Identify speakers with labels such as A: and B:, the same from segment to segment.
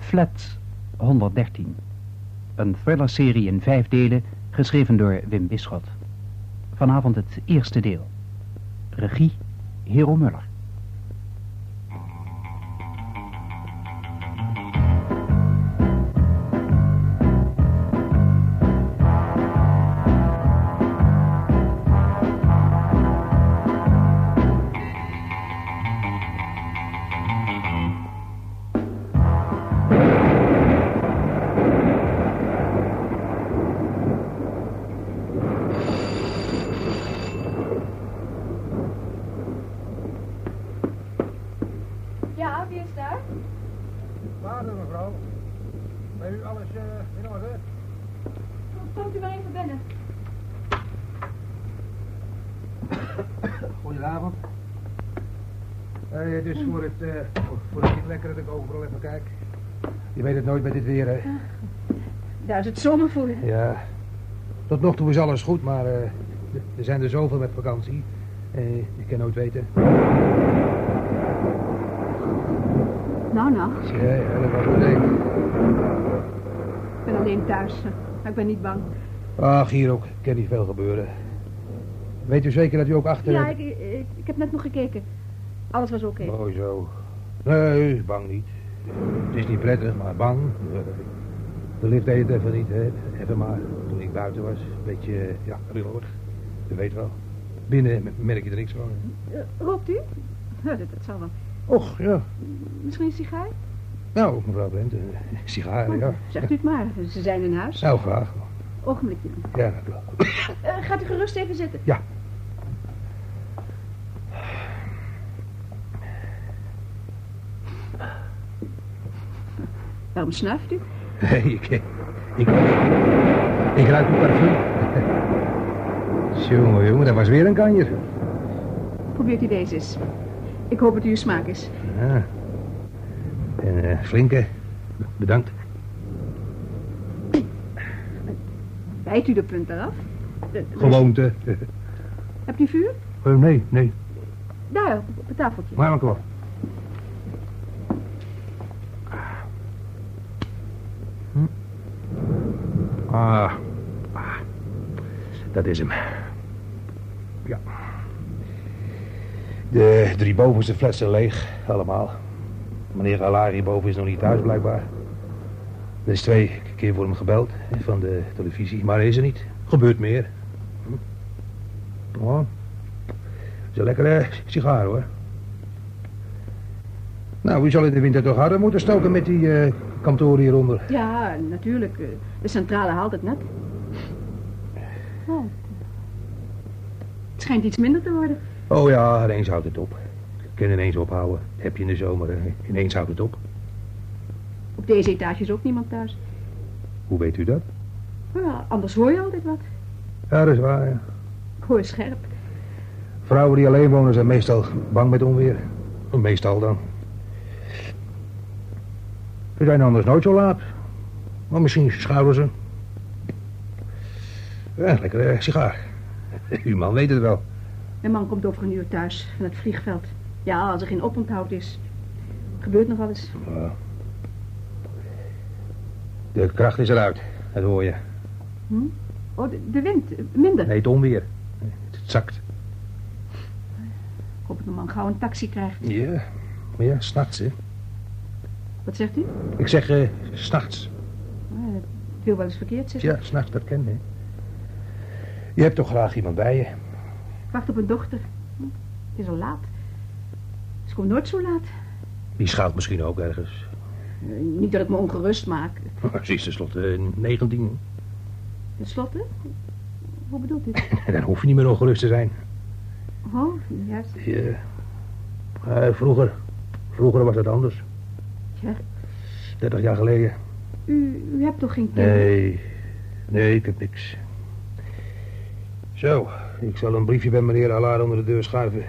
A: Flat 113. Een thrillerserie in vijf delen, geschreven door Wim Bisschot. Vanavond het eerste deel. Regie Hero Muller.
B: Ja, wie is daar?
C: Vader, mevrouw. Bij u alles eh, in orde?
B: Komt u maar even binnen.
C: Goedenavond. het is voor het, eh, voor het niet lekker dat ik overal even kijk. Je weet het nooit met dit weer, hè?
B: Daar is het zomer voor.
C: Ja. Tot nog toe is alles goed, maar eh, er zijn er zoveel met vakantie. Eh, je kan nooit weten.
B: Nou, nou,
C: Ja, ja, dat was het denk.
B: ik ben alleen thuis. Maar ik ben niet bang.
C: Ach, hier ook. Kan niet veel gebeuren. Weet u zeker dat u ook achter...
B: Ja, ik, ik, ik heb net nog gekeken. Alles was oké.
C: Mooi Oh, zo. Nee, bang niet. Het is niet prettig, maar bang. Eh, De lift deed het even niet, hè. Even maar. Toen ik buiten was, een beetje, eh, ja, rillerig. Je weet wel. Binnen m- merk je er niks van.
B: Eh, rookt u? Ja, dat, dat zal wel.
C: Och, ja.
B: Misschien een sigaar?
C: Nou, mevrouw Brent, eh, sigaren, ja.
B: Zegt u het maar. Ze zijn in huis.
C: Nou, graag.
B: Ogenblikje.
C: Ja, dat wel.
B: Eh, gaat u gerust even zitten.
C: Ja.
B: Waarom snuift u?
C: Nee, ik, ik, ik, ik ruik een parfum. Jongen, jongen, dat was weer een kanjer.
B: Probeert u deze eens. Ik hoop dat u uw smaak is.
C: Ja. En eh, flinke. Bedankt.
B: Bijt u de punt eraf? De- de-
C: Gewoonte.
B: Hebt u vuur?
C: Eh, nee, nee.
B: Daar, op- op het tafeltje.
C: Maar dan wel. Hm. Ah. ah. Dat is hem. Ja. De drie bovenste flessen leeg, allemaal. Meneer Alari boven is nog niet thuis, blijkbaar. Er is twee keer voor hem gebeld hè, van de televisie, maar hij is er niet. Gebeurt meer. Hm. Oh. Is een lekkere sigaar, hoor. Nou, u zal in de winter toch harder moeten stoken met die eh, kantoren hieronder.
B: Ja, natuurlijk. eh, De centrale haalt het net. Oh. Het schijnt iets minder te worden.
C: Oh ja, ineens houdt het op. Kun ineens ophouden. Heb je in de zomer. hè. Ineens houdt het op.
B: Op deze etage is ook niemand thuis.
C: Hoe weet u dat?
B: Ja, anders hoor je altijd wat.
C: Ja, dat is waar. ja.
B: Ik hoor scherp.
C: Vrouwen die alleen wonen zijn meestal bang met onweer. Meestal dan. Ze zijn anders nooit zo laat. Maar misschien schuilen ze. Ja, lekkere sigaar. Uw man weet het wel.
B: Mijn man komt over een uur thuis van het vliegveld. Ja, als er geen oponthoud is. Gebeurt nog alles.
C: Ja. De kracht is eruit, dat hoor je.
B: Oh, de, de wind. eh, Minder.
C: Nee, het onweer. Het zakt.
B: Ik hoop dat mijn man gauw een taxi krijgt.
C: Ja, maar ja, s'nachts, hè.
B: Wat zegt u?
C: Ik zeg, eh, s s'nachts.
B: Ah, Het wil wel eens verkeerd zeggen.
C: Ja, s'nachts, dat ken je. Je hebt toch graag iemand bij je?
B: Ik wacht op een dochter. Hm, Het is al laat. Ze komt nooit zo laat.
C: Die schuilt misschien ook ergens.
B: Eh, Niet dat ik me ongerust maak.
C: Ze is tenslotte eh, 19.
B: Ten slotte? Hoe bedoelt u?
C: En dan hoef je niet meer ongerust te zijn.
B: Oh, juist.
C: Ja. Eh, vroeger. Vroeger was dat anders.
B: Ja.
C: 30 jaar geleden.
B: U, u hebt toch geen kinderen?
C: Nee, nee, ik heb niks. Zo, ik zal een briefje bij meneer Allard onder de deur schuiven.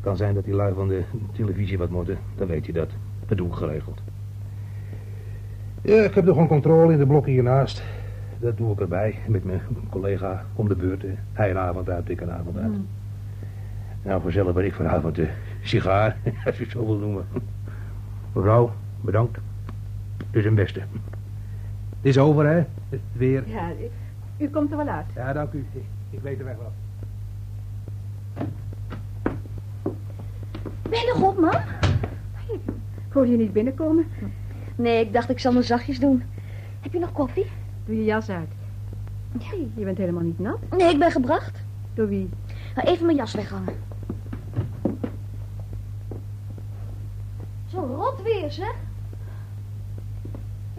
C: Kan zijn dat die lui van de televisie wat moeten, dan weet je dat. Dat doe ik geregeld. Ja, ik heb nog een controle in de blok hiernaast. Dat doe ik erbij, met mijn collega om de beurt. hè. Hij een avond uit, ik een avond uit.
B: Hmm.
C: Nou, vanzelf ben ik vanavond eh, de sigaar, als je het zo wil noemen. Mevrouw, bedankt. Dus een beste. Het is over, hè? Het weer.
B: Ja, u- u komt er wel uit.
C: Ja, dank u. Ik, ik weet de weg wel.
D: Willig op, man.
B: Ik hoorde je niet binnenkomen.
D: Nee, ik dacht ik zal me zachtjes doen. Heb je nog koffie?
B: Doe je jas uit. Hey, je bent helemaal niet nat.
D: Nee, ik ben gebracht.
B: Door wie?
D: Nou, even mijn jas weghangen. Zo rot weer, zeg.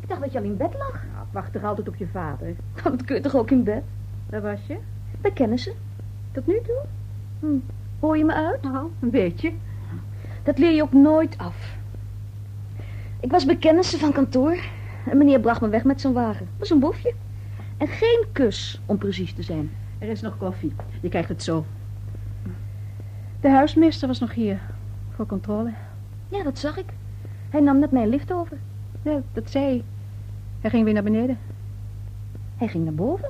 D: Ik dacht dat je al in bed lag.
B: Nou, ik wacht toch altijd op je vader.
D: Dat kun je toch ook in bed?
B: Daar was je.
D: Daar kennen ze.
B: Tot nu toe?
D: Hoor je me uit?
B: Nou, een beetje.
D: Dat leer je ook nooit af. Ik was bij kennissen van kantoor. En meneer bracht me weg met zijn wagen. Dat was een boefje. En geen kus, om precies te zijn.
B: Er is nog koffie. Je krijgt het zo. De huismeester was nog hier. Voor controle.
D: Ja, dat zag ik. Hij nam net mijn lift over.
B: Ja, dat zei hij. Hij ging weer naar beneden.
D: Hij ging naar boven.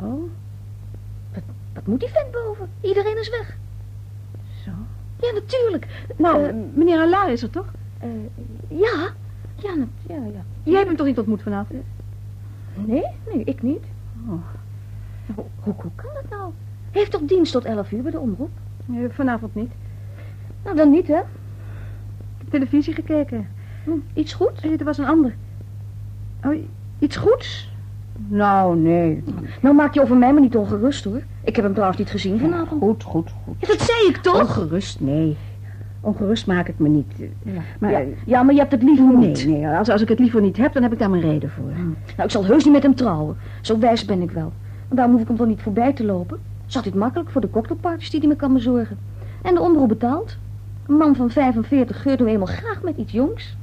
B: Oh,
D: Wat moet die vent boven? Iedereen is weg.
B: zo.
D: Ja, natuurlijk.
B: Nou,
D: Eh,
B: meneer Allard is er toch?
D: eh, ja. Ja, nat- ja, ja.
B: Jij hebt hem toch niet ontmoet vanavond?
D: Nee, nee, ik niet.
B: Oh.
D: Hoe, hoe, hoe kan dat nou? Hij heeft toch dienst tot 11 uur bij de omroep?
B: Eh, Vanavond niet.
D: Nou, dan niet, hè?
B: Ik heb televisie gekeken.
D: Hm, Iets goed?
B: Eh, Er was een ander. Oh, iets goeds? Nou, nee.
D: Nou, maak je over mij maar niet ongerust, hoor. Ik heb hem trouwens niet gezien vanavond.
B: Goed, goed, goed.
D: Ja, dat zei ik toch?
B: Ongerust, nee. Ongerust maak ik me niet.
D: Ja,
B: Maar,
D: ja,
B: eh,
D: ja, maar je hebt het liever niet.
B: Nee, nee. Als, als ik het liever niet heb, dan heb ik daar mijn reden voor.
D: Nou, ik zal heus niet met hem trouwen. Zo wijs ben ik wel. En daarom hoef ik hem toch niet voorbij te lopen. Zat dit makkelijk voor de cocktailpartjes die hij me kan bezorgen. En de omroep betaalt. Een man van 45 geurt hem helemaal graag met iets jongs.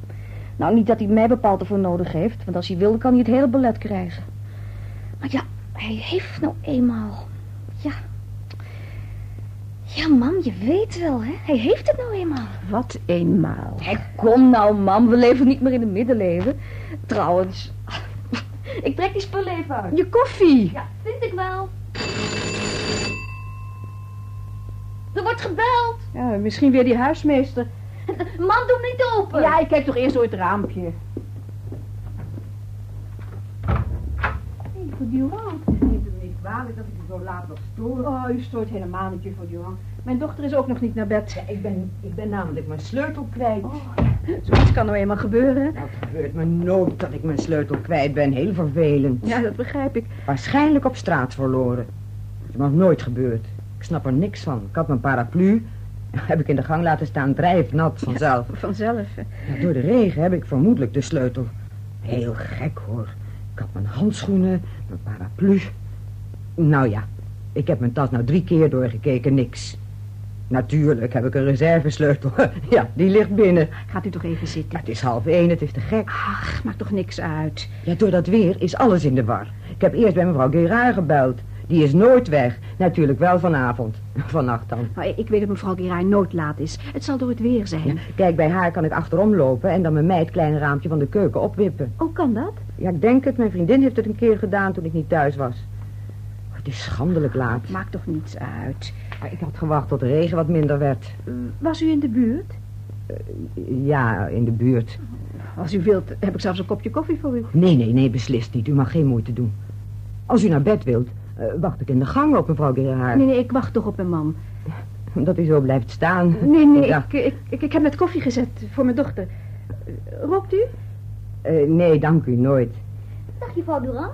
D: Nou, niet dat hij mij bepaald ervoor nodig heeft. Want als hij wil, kan hij het hele ballet krijgen. Maar ja, hij heeft nou eenmaal... Ja... Ja, mam, je weet wel, hè. Hij heeft het nou eenmaal.
B: Wat eenmaal.
D: Hé, kom nou, mam. We leven niet meer in de middeleeuwen. Trouwens, ik trek die spullen even uit.
B: Je koffie!
D: Ja, vind ik wel. Er wordt gebeld.
B: Ja, misschien weer die huismeester.
D: Man, doe hem niet open.
B: Ja, ik kijk toch eerst door het raampje. Voor Durand. Neemt het niet kwalijk dat ik u zo laat nog stoor. Oh, u stoort helemaal niet, juffrouw Durand. Mijn dochter is ook nog niet naar bed.
E: Ik ben, ik ben namelijk mijn sleutel kwijt.
B: Zoiets kan nou eenmaal gebeuren. hè?
E: Nou, het gebeurt me nooit dat ik mijn sleutel kwijt ben. Heel vervelend.
B: Ja, dat begrijp ik.
E: Waarschijnlijk op straat verloren. Het is me nog nooit gebeurd. Ik snap er niks van. Ik had mijn paraplu. Heb ik in de gang laten staan, drijfnat vanzelf.
B: Vanzelf. hè.
E: Ja, door de regen heb ik vermoedelijk de sleutel. Heel gek hoor. Ik had mijn handschoenen, mijn paraplu. Nou ja, ik heb mijn tas nou drie keer doorgekeken, niks. Natuurlijk heb ik een reservesleutel. Ja, die ligt binnen.
B: Gaat u toch even
E: Ja,
B: zitten.
E: het is half één, het is te gek.
B: Ach, maakt toch niks uit.
E: Ja, door dat weer is alles in de war. Ik heb eerst bij mevrouw Gerard gebeld. Die is nooit weg. Natuurlijk wel vanavond. Vannacht dan.
B: Maar Nou, ik weet dat mevrouw Geraai nooit laat is. Het zal door het weer zijn.
E: Kijk, bij haar kan ik achterom lopen en dan mijn meid het kleine raampje van de keuken opwippen.
B: Oh, kan dat?
E: Ja, ik denk het. Mijn vriendin heeft het een keer gedaan toen ik niet thuis was. Oh, Het is schandelijk laat.
B: Maakt toch niets uit.
E: Maar ik had gewacht tot de regen wat minder werd.
B: Was u in de buurt?
E: Ja, in de buurt.
B: Als u wilt, heb ik zelfs een kopje koffie voor u.
E: Nee, nee, nee, beslist niet. U mag geen moeite doen. Als u naar bed wilt, eh, wacht ik in de gang op mevrouw Gerard.
B: Nee, nee, ik wacht toch op mijn man.
E: Dat u zo blijft staan.
B: Nee, nee,
E: Ja.
B: ik, ik, ik, ik heb net koffie gezet voor mijn dochter. Eh, Rookt u?
E: Eh, nee, dank u, nooit.
D: Dag, mevrouw Durand.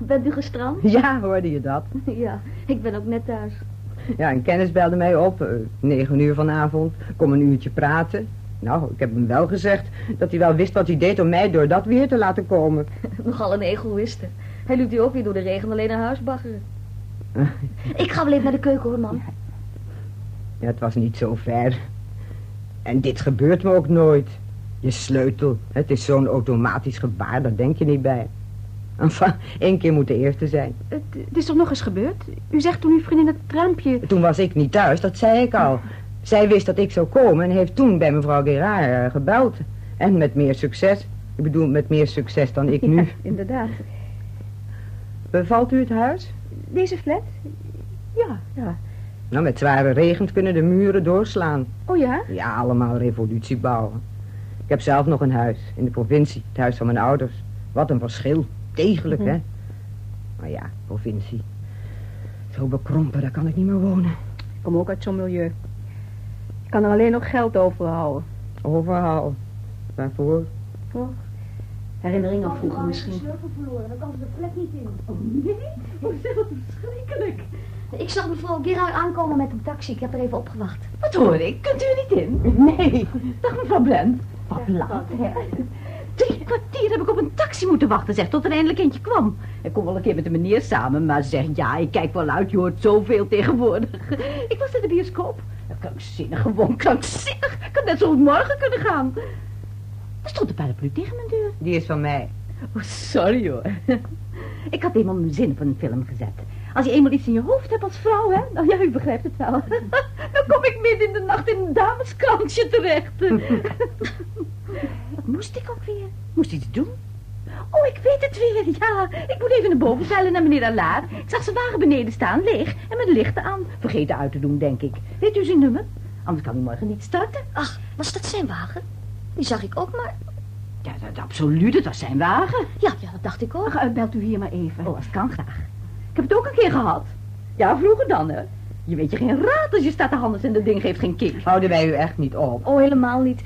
D: Bent u gestrand?
E: Ja, hoorde je dat?
D: Ja, ik ben ook net thuis.
E: Ja, een kennis belde mij op. eh, Negen uur vanavond. Kom een uurtje praten. Nou, ik heb hem wel gezegd dat hij wel wist wat hij deed om mij door dat weer te laten komen.
D: Nogal een egoïste. Hij liet u ook weer door de regen alleen naar huis baggeren. ik ga wel even naar de keuken, hoor, man.
E: Ja, het was niet zo ver. En dit gebeurt me ook nooit. Je sleutel. Het is zo'n automatisch gebaar, daar denk je niet bij. Enfin, één keer moet de eerste zijn.
B: Het, het is toch nog eens gebeurd? U zegt toen uw vriendin het raampje...
E: Toen was ik niet thuis, dat zei ik al. Zij wist dat ik zou komen en heeft toen bij mevrouw Gerard eh, gebeld. En met meer succes. Ik bedoel, met meer succes dan ik nu.
B: Ja, inderdaad.
E: Bevalt u het huis?
B: Deze flat? Ja, ja.
E: Nou, met zware regens kunnen de muren doorslaan.
B: Oh ja?
E: Ja, allemaal revolutie bouwen. Ik heb zelf nog een huis in de provincie, het huis van mijn ouders. Wat een verschil. Degelijk, hè? Maar ja, provincie. Zo bekrompen, daar kan ik niet meer wonen.
B: Ik kom ook uit zo'n milieu. Ik kan er alleen nog geld overhouden.
E: Overhaal. Waarvoor?
D: Nou,
B: Herinneringen aan vroeger misschien.
D: verloren, dan kan ze de plek niet in. Oh,
B: Hoe is dat verschrikkelijk?
D: Ik zag mevrouw Gerard aankomen met een taxi. Ik heb er even op gewacht.
B: Wat hoor ik? Kunt u er niet in? Nee. Dag mevrouw Blend. Wat laat, hè? Drie kwartier heb ik op een taxi moeten wachten, zeg, tot er eindelijk eentje kwam. Ik kom wel een keer met de meneer samen, maar zeg, ja, ik kijk wel uit, je hoort zoveel tegenwoordig. Ik was in de bioscoop. Krankzinnig, gewoon krankzinnig. Ik had net zo goed morgen kunnen gaan. Er stond een paraplu tegen mijn deur.
E: Die is van mij.
B: Oh, sorry hoor. Ik had eenmaal mijn zin op een film gezet. Als je eenmaal iets in je hoofd hebt als vrouw, hè? Nou ja, u begrijpt het wel. Dan kom ik midden in de nacht in een dameskransje terecht. Wat moest ik ook weer? Moest iets doen? Oh, ik weet het weer, ja. Ik moet even naar boven zeilen naar meneer Allard. Ik zag zijn wagen beneden staan, leeg, en met lichten aan. Vergeten uit te doen, denk ik. Weet u zijn nummer? Anders kan hij morgen niet starten.
D: Ach, was dat zijn wagen? Die zag ik ook maar.
B: Ja, dat, absoluut, dat was zijn wagen.
D: Ja, ja dat dacht ik ook.
B: Ach, eh, belt u hier maar even. Oh, dat kan graag. Ik heb het ook een keer gehad. Ja, vroeger dan, hè. Je weet je geen raad als je staat te handen en dat ding geeft geen kick.
E: Houden wij u echt niet op.
D: Oh, helemaal niet.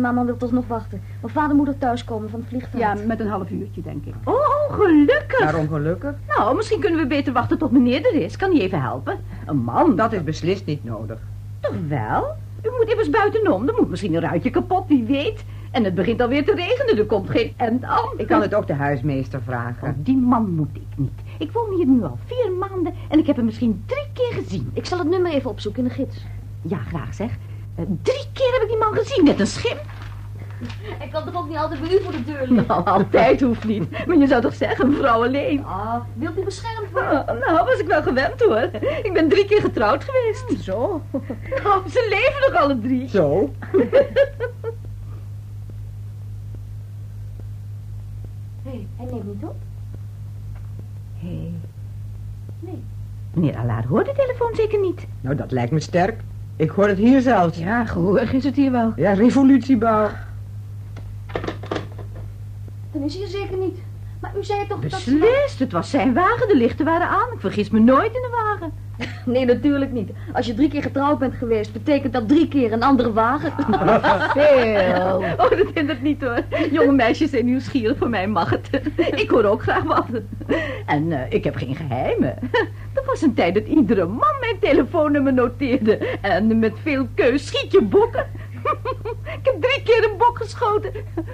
D: Mama wil toch nog wachten. Mijn vader moet nog thuiskomen van het vliegveld.
B: Ja, met een half uurtje, denk ik. Oh, oh, gelukkig.
E: Maar ongelukkig?
B: Nou, misschien kunnen we beter wachten tot meneer er is. Kan hij even helpen? Een man,
E: Dat is beslist niet nodig.
B: toch wel? U moet immers buitenom. Er moet misschien een ruitje kapot, wie weet. En het begint alweer te regenen. Er komt geen end aan. Oh,
E: Ik kan het ook de huismeester vragen.
B: die man moet ik niet. Ik woon hier nu al vier maanden en ik heb hem misschien drie keer gezien.
D: Ik zal het nummer even opzoeken in de gids.
B: Ja, graag zeg. Eh, drie keer heb ik die man gezien met een schim.
D: Ik kan toch ook niet altijd bij u voor de deur
B: Nou, altijd hoeft niet. Maar je zou toch zeggen, vrouw alleen.
D: Ah, wilt u beschermd
B: Ah, nou, was ik wel gewend hoor. Ik ben drie keer getrouwd geweest.
E: Zo?
B: Nou, ze leven nog alle drie.
E: Zo?
D: Hij neemt niet op.
B: Hey.
D: Nee.
B: Meneer Allard hoort de telefoon zeker niet.
E: Nou, dat lijkt me sterk. Ik hoor het hier zelfs.
B: Ja, gehoorig is het hier wel.
E: Ja, revolutiebouw.
D: Dan is hij er zeker niet. Maar u zei toch dat... ze-
B: Beslist, het was zijn wagen. De lichten waren aan. Ik vergis me nooit in de wagen.
D: Nee, natuurlijk niet. Als je drie keer getrouwd bent geweest, betekent dat drie keer een andere wagen.
B: Veel. Oh, dat hindert niet hoor. Jonge meisjes zijn nieuwsgierig, voor mij mag het. Ik hoor ook graag wat. En eh, ik heb geen geheimen. Er was een tijd dat iedere man mijn telefoonnummer noteerde. En met veel keus schiet je bokken. Ik heb drie keer een bok geschoten.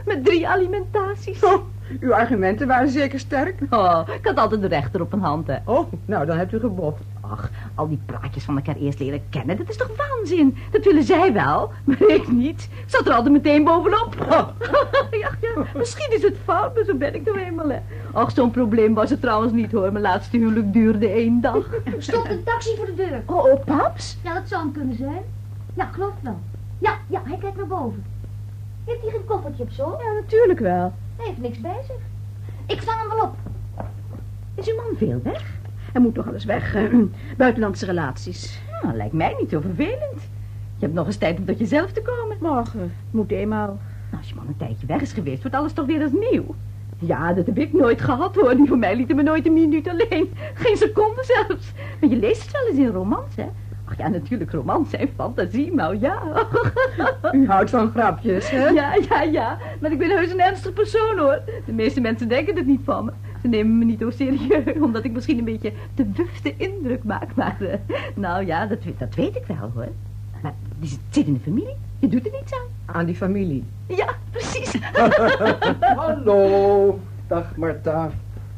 B: Met drie alimentaties.
E: Oh, Uw argumenten waren zeker sterk.
B: Oh, ik had altijd de rechter op een hand, hè.
E: Oh, nou, dan hebt u geboft.
B: Ach, al die praatjes van elkaar eerst leren kennen, dat is toch waanzin? Dat willen zij wel, maar ik niet. Ik zat er altijd meteen bovenop. ja, ja, misschien is het fout, maar zo ben ik nou eenmaal, hè. Ach, zo'n probleem was het trouwens niet, hoor. Mijn laatste huwelijk duurde één dag.
D: Stond een taxi voor de deur.
B: Oh, oh, paps?
D: Ja, dat zou hem kunnen zijn. Ja, geloof ik wel. Ja, ja, hij kijkt naar boven. Heeft hij geen koffertje op zo?
B: Ja, natuurlijk wel.
D: Hij heeft niks bij zich. Ik vang hem wel op.
B: Is uw man veel weg? Hij moet toch alles weg, eh, buitenlandse relaties. Nou, lijkt mij niet zo vervelend. Je hebt nog eens tijd om tot jezelf te komen.
F: Morgen. Moet eenmaal.
B: Nou, als je man een tijdje weg is geweest, wordt alles toch weer als nieuw. Ja, dat heb ik nooit gehad hoor. Die van mij lieten me nooit een minuut alleen. Geen seconde zelfs. Maar je leest het wel eens in romans, hè? Ach ja, natuurlijk, romans zijn fantasie, maar ja.
E: U houdt van grapjes, hè?
B: Ja, ja, ja. Maar ik ben heus een ernstig persoon hoor. De meeste mensen denken het niet van me. Ze nemen me niet zo serieus, omdat ik misschien een beetje te bufte indruk maak. Maar eh, nou ja, dat, weet- dat weet ik wel hoor. Maar die zit- zit in de familie. Je doet er niets aan.
E: Aan die familie.
B: Ja, precies.
G: Hallo, dag Marta.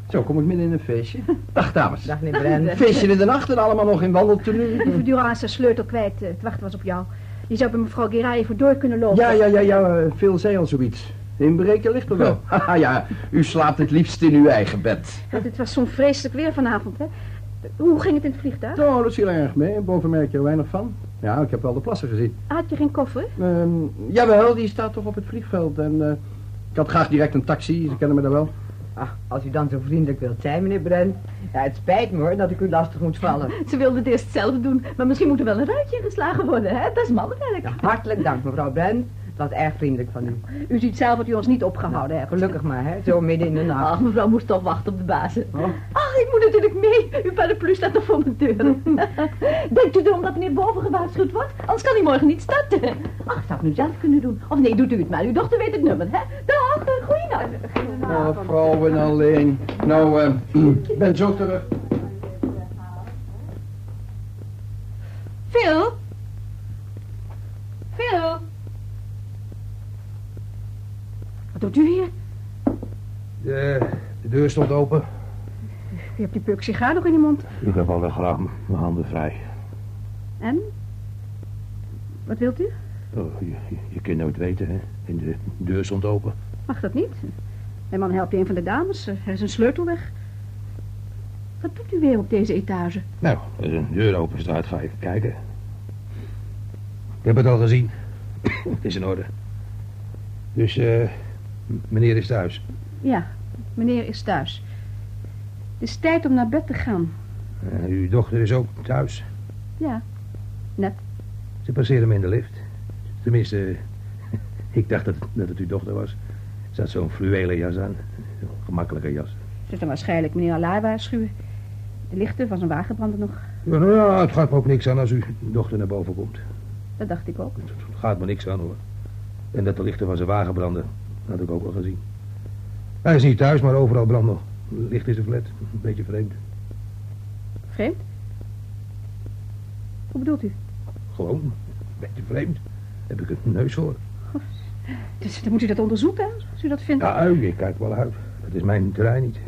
G: Zo kom ik midden in een feestje. Dag dames.
E: Dag, meneer Brent.
G: Feestje in de nacht en allemaal nog in wandeltenue.
F: De Verdura is zijn sleutel kwijt. eh, Het wachten was op jou. Je zou bij mevrouw Gerard even door kunnen lopen.
G: Ja, ja, ja, ja, eh, Phil zei al zoiets. De inbreker ligt er wel. Haha, ja, u slaapt het liefst in uw eigen bed.
F: Want het was zo'n vreselijk weer vanavond, hè? Hoe ging het in het vliegtuig?
G: Nou, dat viel erg mee. Boven merk je er weinig van. Ja, ik heb wel de plassen gezien.
F: Had je geen koffer?
G: Ehm, jawel, die staat toch op het vliegveld. En eh, ik had graag direct een taxi, ze kennen me daar wel.
E: Ach, als u dan zo vriendelijk wilt zijn, meneer Brent. Ja, het spijt me hoor dat ik u lastig moet vallen.
B: Ze wilde het eerst zelf doen, maar misschien moet er wel een ruitje geslagen worden, hè? Dat is mannenwerk.
E: Ja, hartelijk dank, mevrouw Brent. Dat erg vriendelijk van u.
B: U ziet zelf dat u ons niet opgehouden hebt.
E: Gelukkig maar, hè? Zo midden in de nacht.
G: Ach, mevrouw moest toch wachten op de bazen. Ach, ik moet natuurlijk mee. Uw paraplu staat nog voor mijn deur. Denkt u erom dat meneer boven gewaarschuwd wordt? Anders kan hij morgen niet starten. Ach, zou ik nu zelf kunnen doen. Of nee, doet u het maar. Uw dochter weet het nummer, hè? Dag, eh, goeienacht.
C: Oh, vrouwen alleen. Nou, eh,
G: ehm,
C: ik ben zo terug.
G: Phil? Phil?
B: Wat doet u hier?
H: De, de deur stond open.
B: U hebt die peuk sigaar nog in uw mond.
H: Ik heb al wel graag mijn handen vrij.
B: En? Wat wilt u?
H: Oh, je, je, je kunt nooit weten, hè. En de deur stond open.
B: Mag dat niet? Mijn man helpt een van de dames. Er is een sleutel weg. Wat doet u weer op deze etage?
H: Nou, als een deur open staat, ga ik kijken. Ik heb het al gezien. het is in orde. Dus, eh, meneer is thuis.
B: Ja, meneer is thuis. Het is tijd om naar bed te gaan.
H: En Eh, uw dochter is ook thuis.
B: Ja, net.
H: Ze passeerde me in de lift. Tenminste, ik dacht dat, dat het uw dochter was. Ze had zo'n fluwelen jas aan. Een gemakkelijke jas.
B: Ze dan waarschijnlijk meneer Alaar waarschuwen. De lichten van zijn wagen branden nog.
H: Ja, nou ja, het gaat me ook niks aan als uw dochter naar boven komt.
B: Dat dacht ik ook.
H: Het gaat me niks aan hoor. En dat de lichten van zijn wagen branden, had ik ook al gezien. Hij is niet thuis, maar overal brandt nog. Licht in zijn flat. Een beetje vreemd.
B: Vreemd? Hoe bedoelt u?
H: Gewoon. Een beetje vreemd. Heb ik een neus voor.
B: Dus dan moet u dat onderzoeken, hè, als u dat vindt.
H: Ja, ui, ik kijk wel uit. Dat is mijn terrein niet.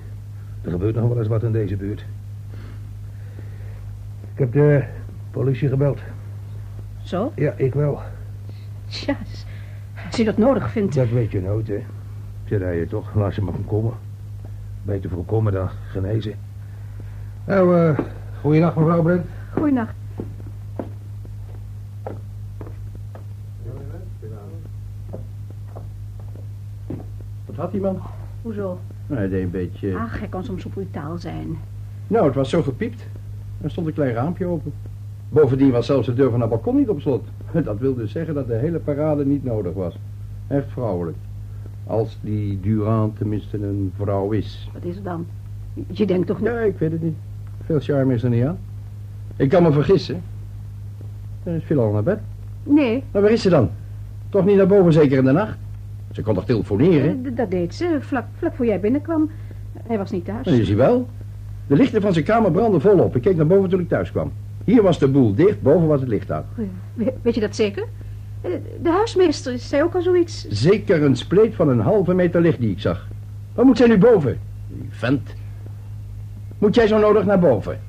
H: Er gebeurt nog wel eens wat in deze buurt. Ik heb de politie gebeld.
B: Zo?
H: Ja, ik wel.
B: Tja, dus, als u dat nodig vindt.
H: Dat weet je nooit, hè. Ze rijden toch, laat ze maar komen. Beter voorkomen dan genezen. Nou, eh, goeiedag mevrouw Brent.
B: Goeienacht.
C: Wat had die man?
B: Hoezo?
C: Nou, hij deed een beetje...
B: Ach, hij kan soms zo brutaal zijn.
C: Nou, het was zo gepiept. Er stond een klein raampje open. Bovendien was zelfs de deur van het balkon niet op slot. Dat wil dus zeggen dat de hele parade niet nodig was. Echt vrouwelijk. Als die Durand tenminste een vrouw is.
B: Wat is er dan? Je denkt toch niet...
C: Ja, ik weet het niet. Veel charme is er niet aan. Ik kan me vergissen. Er is veel al naar bed.
B: Nee,
C: Maar waar is ze dan? Toch niet naar boven, zeker in de nacht? Ze kon toch telefoneren?
B: eh, d- dat deed ze vlak, vlak voor jij binnenkwam. Hij was niet thuis.
C: Dan is hij wel. De lichten van zijn kamer brandden volop. Ik keek naar boven toen ik thuis kwam. Hier was de boel dicht, boven was het licht aan.
B: We- weet je dat zeker? Eh, De huismeester zei ook al zoiets.
C: Zeker een spleet van een halve meter licht die ik zag. Waar moet zij nu boven? Die vent. Moet jij zo nodig naar boven?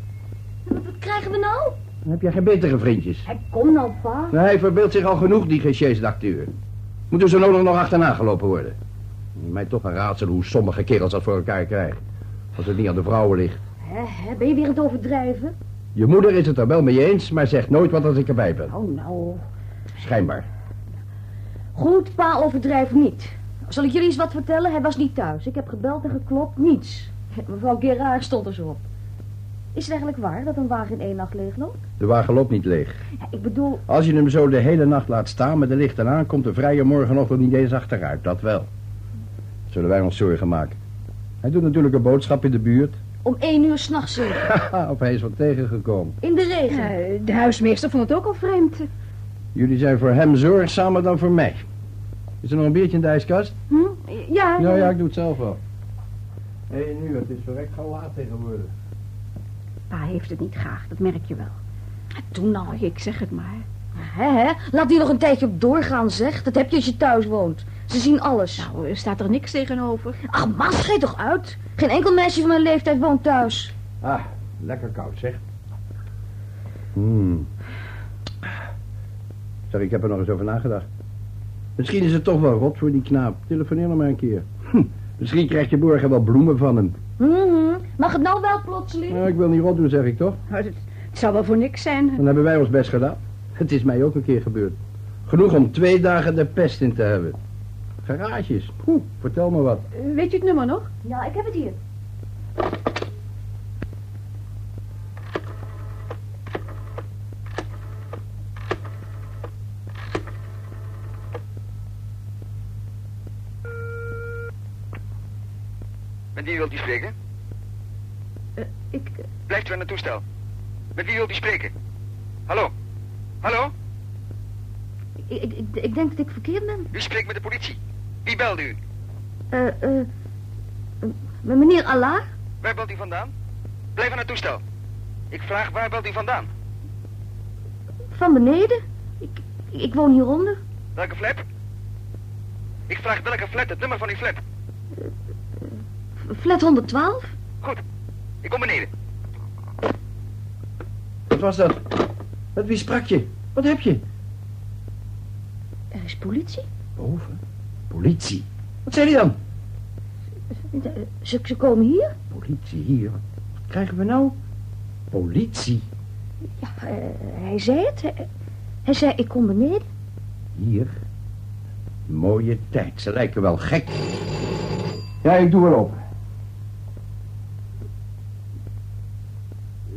D: Wat krijgen we nou?
C: Dan heb jij geen betere vriendjes.
D: Hij komt nou, pa.
C: Nou, hij verbeeldt zich al genoeg, die gecheesde acteur. Moet er zo nodig nog achterna gelopen worden. Mij toch een raadsel hoe sommige kerels dat voor elkaar krijgen. Als het niet aan de vrouwen ligt.
D: Hè, hè, ben je weer aan het overdrijven?
C: Je moeder is het er wel mee eens, maar zegt nooit wat als ik erbij ben.
D: Oh, nou.
C: Schijnbaar.
D: Goed, pa, overdrijf niet. Zal ik jullie eens wat vertellen? Hij was niet thuis. Ik heb gebeld en geklopt, niets. Mevrouw Gerard stond er zo op. Is het eigenlijk waar dat een wagen in één nacht leegloopt?
C: De wagen loopt niet leeg.
D: Ja, ik bedoel,
C: Als je hem zo de hele nacht laat staan met de lichten aan, komt de vrije morgenochtend niet eens achteruit, dat wel. Zullen wij ons zorgen maken. Hij doet natuurlijk een boodschap in de buurt.
D: om één uur s'nachts in,
C: Haha, of hij is wat tegengekomen.
D: in de regen.
B: Eh, de huismeester vond het ook al vreemd.
C: Jullie zijn voor hem zorgzamer dan voor mij. Is er nog een biertje in de ijskast?
B: Hm? Ja,
C: Ja, ja, ik doe het zelf wel. Hé, nu, het is verrekt gauw laat tegenwoordig.
B: Pa heeft het niet graag, dat merk je wel.
D: Toen nou.
B: Oh, ik zeg het maar.
D: Hè, hè? Laat die nog een tijdje op doorgaan, zeg. Dat heb je als je thuis woont. Ze zien alles.
B: Nou, er staat er niks tegenover.
D: Ach, man, schijt toch uit. Geen enkel meisje van mijn leeftijd woont thuis.
C: Ah, lekker koud, zeg. Hmm. Zeg, ik heb er nog eens over nagedacht. Misschien is het toch wel rot voor die knaap. Telefoneer hem maar een keer. Hm, misschien krijg je morgen wel bloemen van hem.
D: Mhm. Mag het nou wel plotseling?
C: Nou, ik wil niet rot doen, zeg ik toch?
B: Maar Het, het zou wel voor niks zijn.
C: Dan hebben wij ons best gedaan. Het is mij ook een keer gebeurd. Genoeg om twee dagen de pest in te hebben. Garages. Poeh, vertel me wat.
B: Eh, Weet je het nummer nog?
D: Ja, ik heb het hier.
I: Met wie wilt u spreken?
D: Eh,
J: Ik,
I: Blijft u aan het toestel. Met wie wilt u spreken? Hallo? Hallo?
D: Ik, ik, ik, ik denk dat ik verkeerd ben.
I: U spreekt met de politie. Wie belt u?
D: Eh, eh, eh, meneer Allah?
I: Waar belt u vandaan? Blijf aan het toestel. Ik vraag waar belt u vandaan?
D: Van beneden? Ik, ik woon hieronder.
I: Welke flap? Ik vraag welke flat, het nummer van uw flat.
D: Flat 112.
I: Goed, ik kom beneden.
G: Wat was dat? Met wie sprak je? Wat heb je?
D: Er is politie.
G: Boven? Politie. Wat zei die dan?
D: Eh, Ze, ze komen hier?
G: Politie hier. Wat krijgen we nou? Politie
D: Ja, eh, hij zei het. Hij, hij zei, ik kom beneden.
G: hier. Mooie tijd. Ze lijken wel gek. Ja, ik doe wel open.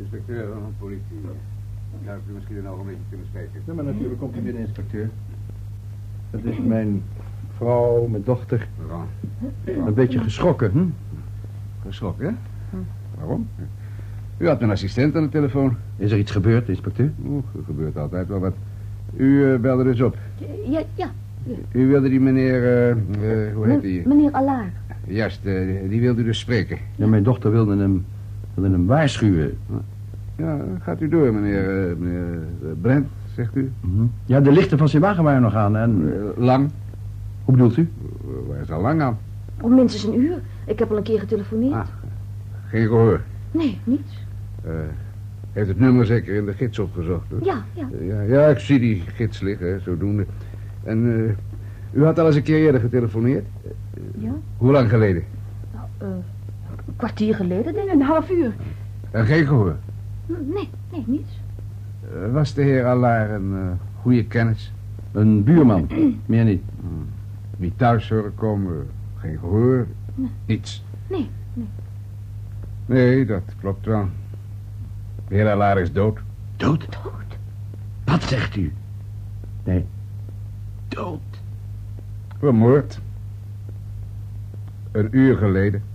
C: Inspecteur van de politie. Zou ik u misschien een ogenblikje kunnen spreken?
G: Ja, maar natuurlijk komt u binnen, inspecteur. Dat is mijn vrouw, mijn dochter.
C: Mevrouw.
G: Een beetje geschrokken, hm?
C: Geschrokken, hè? Waarom? U had een assistent aan de telefoon.
G: Is er iets gebeurd, inspecteur?
C: Oeh, er gebeurt altijd wel wat. U eh, belde dus op.
D: Eh, Ja, ja.
C: U wilde die meneer, eh, eh, hoe heet die?
D: Men- meneer Allah.
C: Juist, eh, die wilde u dus spreken.
G: Ja, mijn dochter wilde hem, wilde hem waarschuwen.
C: Ja, gaat u door, meneer, eh, meneer eh, Brent, zegt u.
G: Mhm. Ja, de lichten van zijn wagen waren nog aan. En
C: Eh, lang.
G: hoe bedoelt u?
C: Eh, Waar is al lang aan?
D: Om minstens een uur. Ik heb al een keer getelefoneerd.
C: Ah. Geen gehoor.
D: Nee, niets.
C: Eh, heeft het nummer zeker in de gids opgezocht, hoor.
D: Ja, ja.
C: Ja, ja, ik zie die gids liggen, hè, zodoende. En eh, u had al eens een keer eerder getelefoneerd?
D: Ja.
C: Hoe lang geleden?
D: Een kwartier geleden, denk ik.
J: een half uur.
C: En Eh, geen gehoor.
D: Nee, nee, niets.
C: Eh, was de heer Allaar een eh, goede kennis?
G: Een buurman, meer niet.
C: Wie thuis horen komen, geen gehoor, niets.
D: Nee,
C: nee. Nee, dat klopt wel. De heer Allaar is dood.
G: Dood?
D: Dood.
G: Wat zegt u? Nee. Dood.
C: Vermoord. Een uur geleden.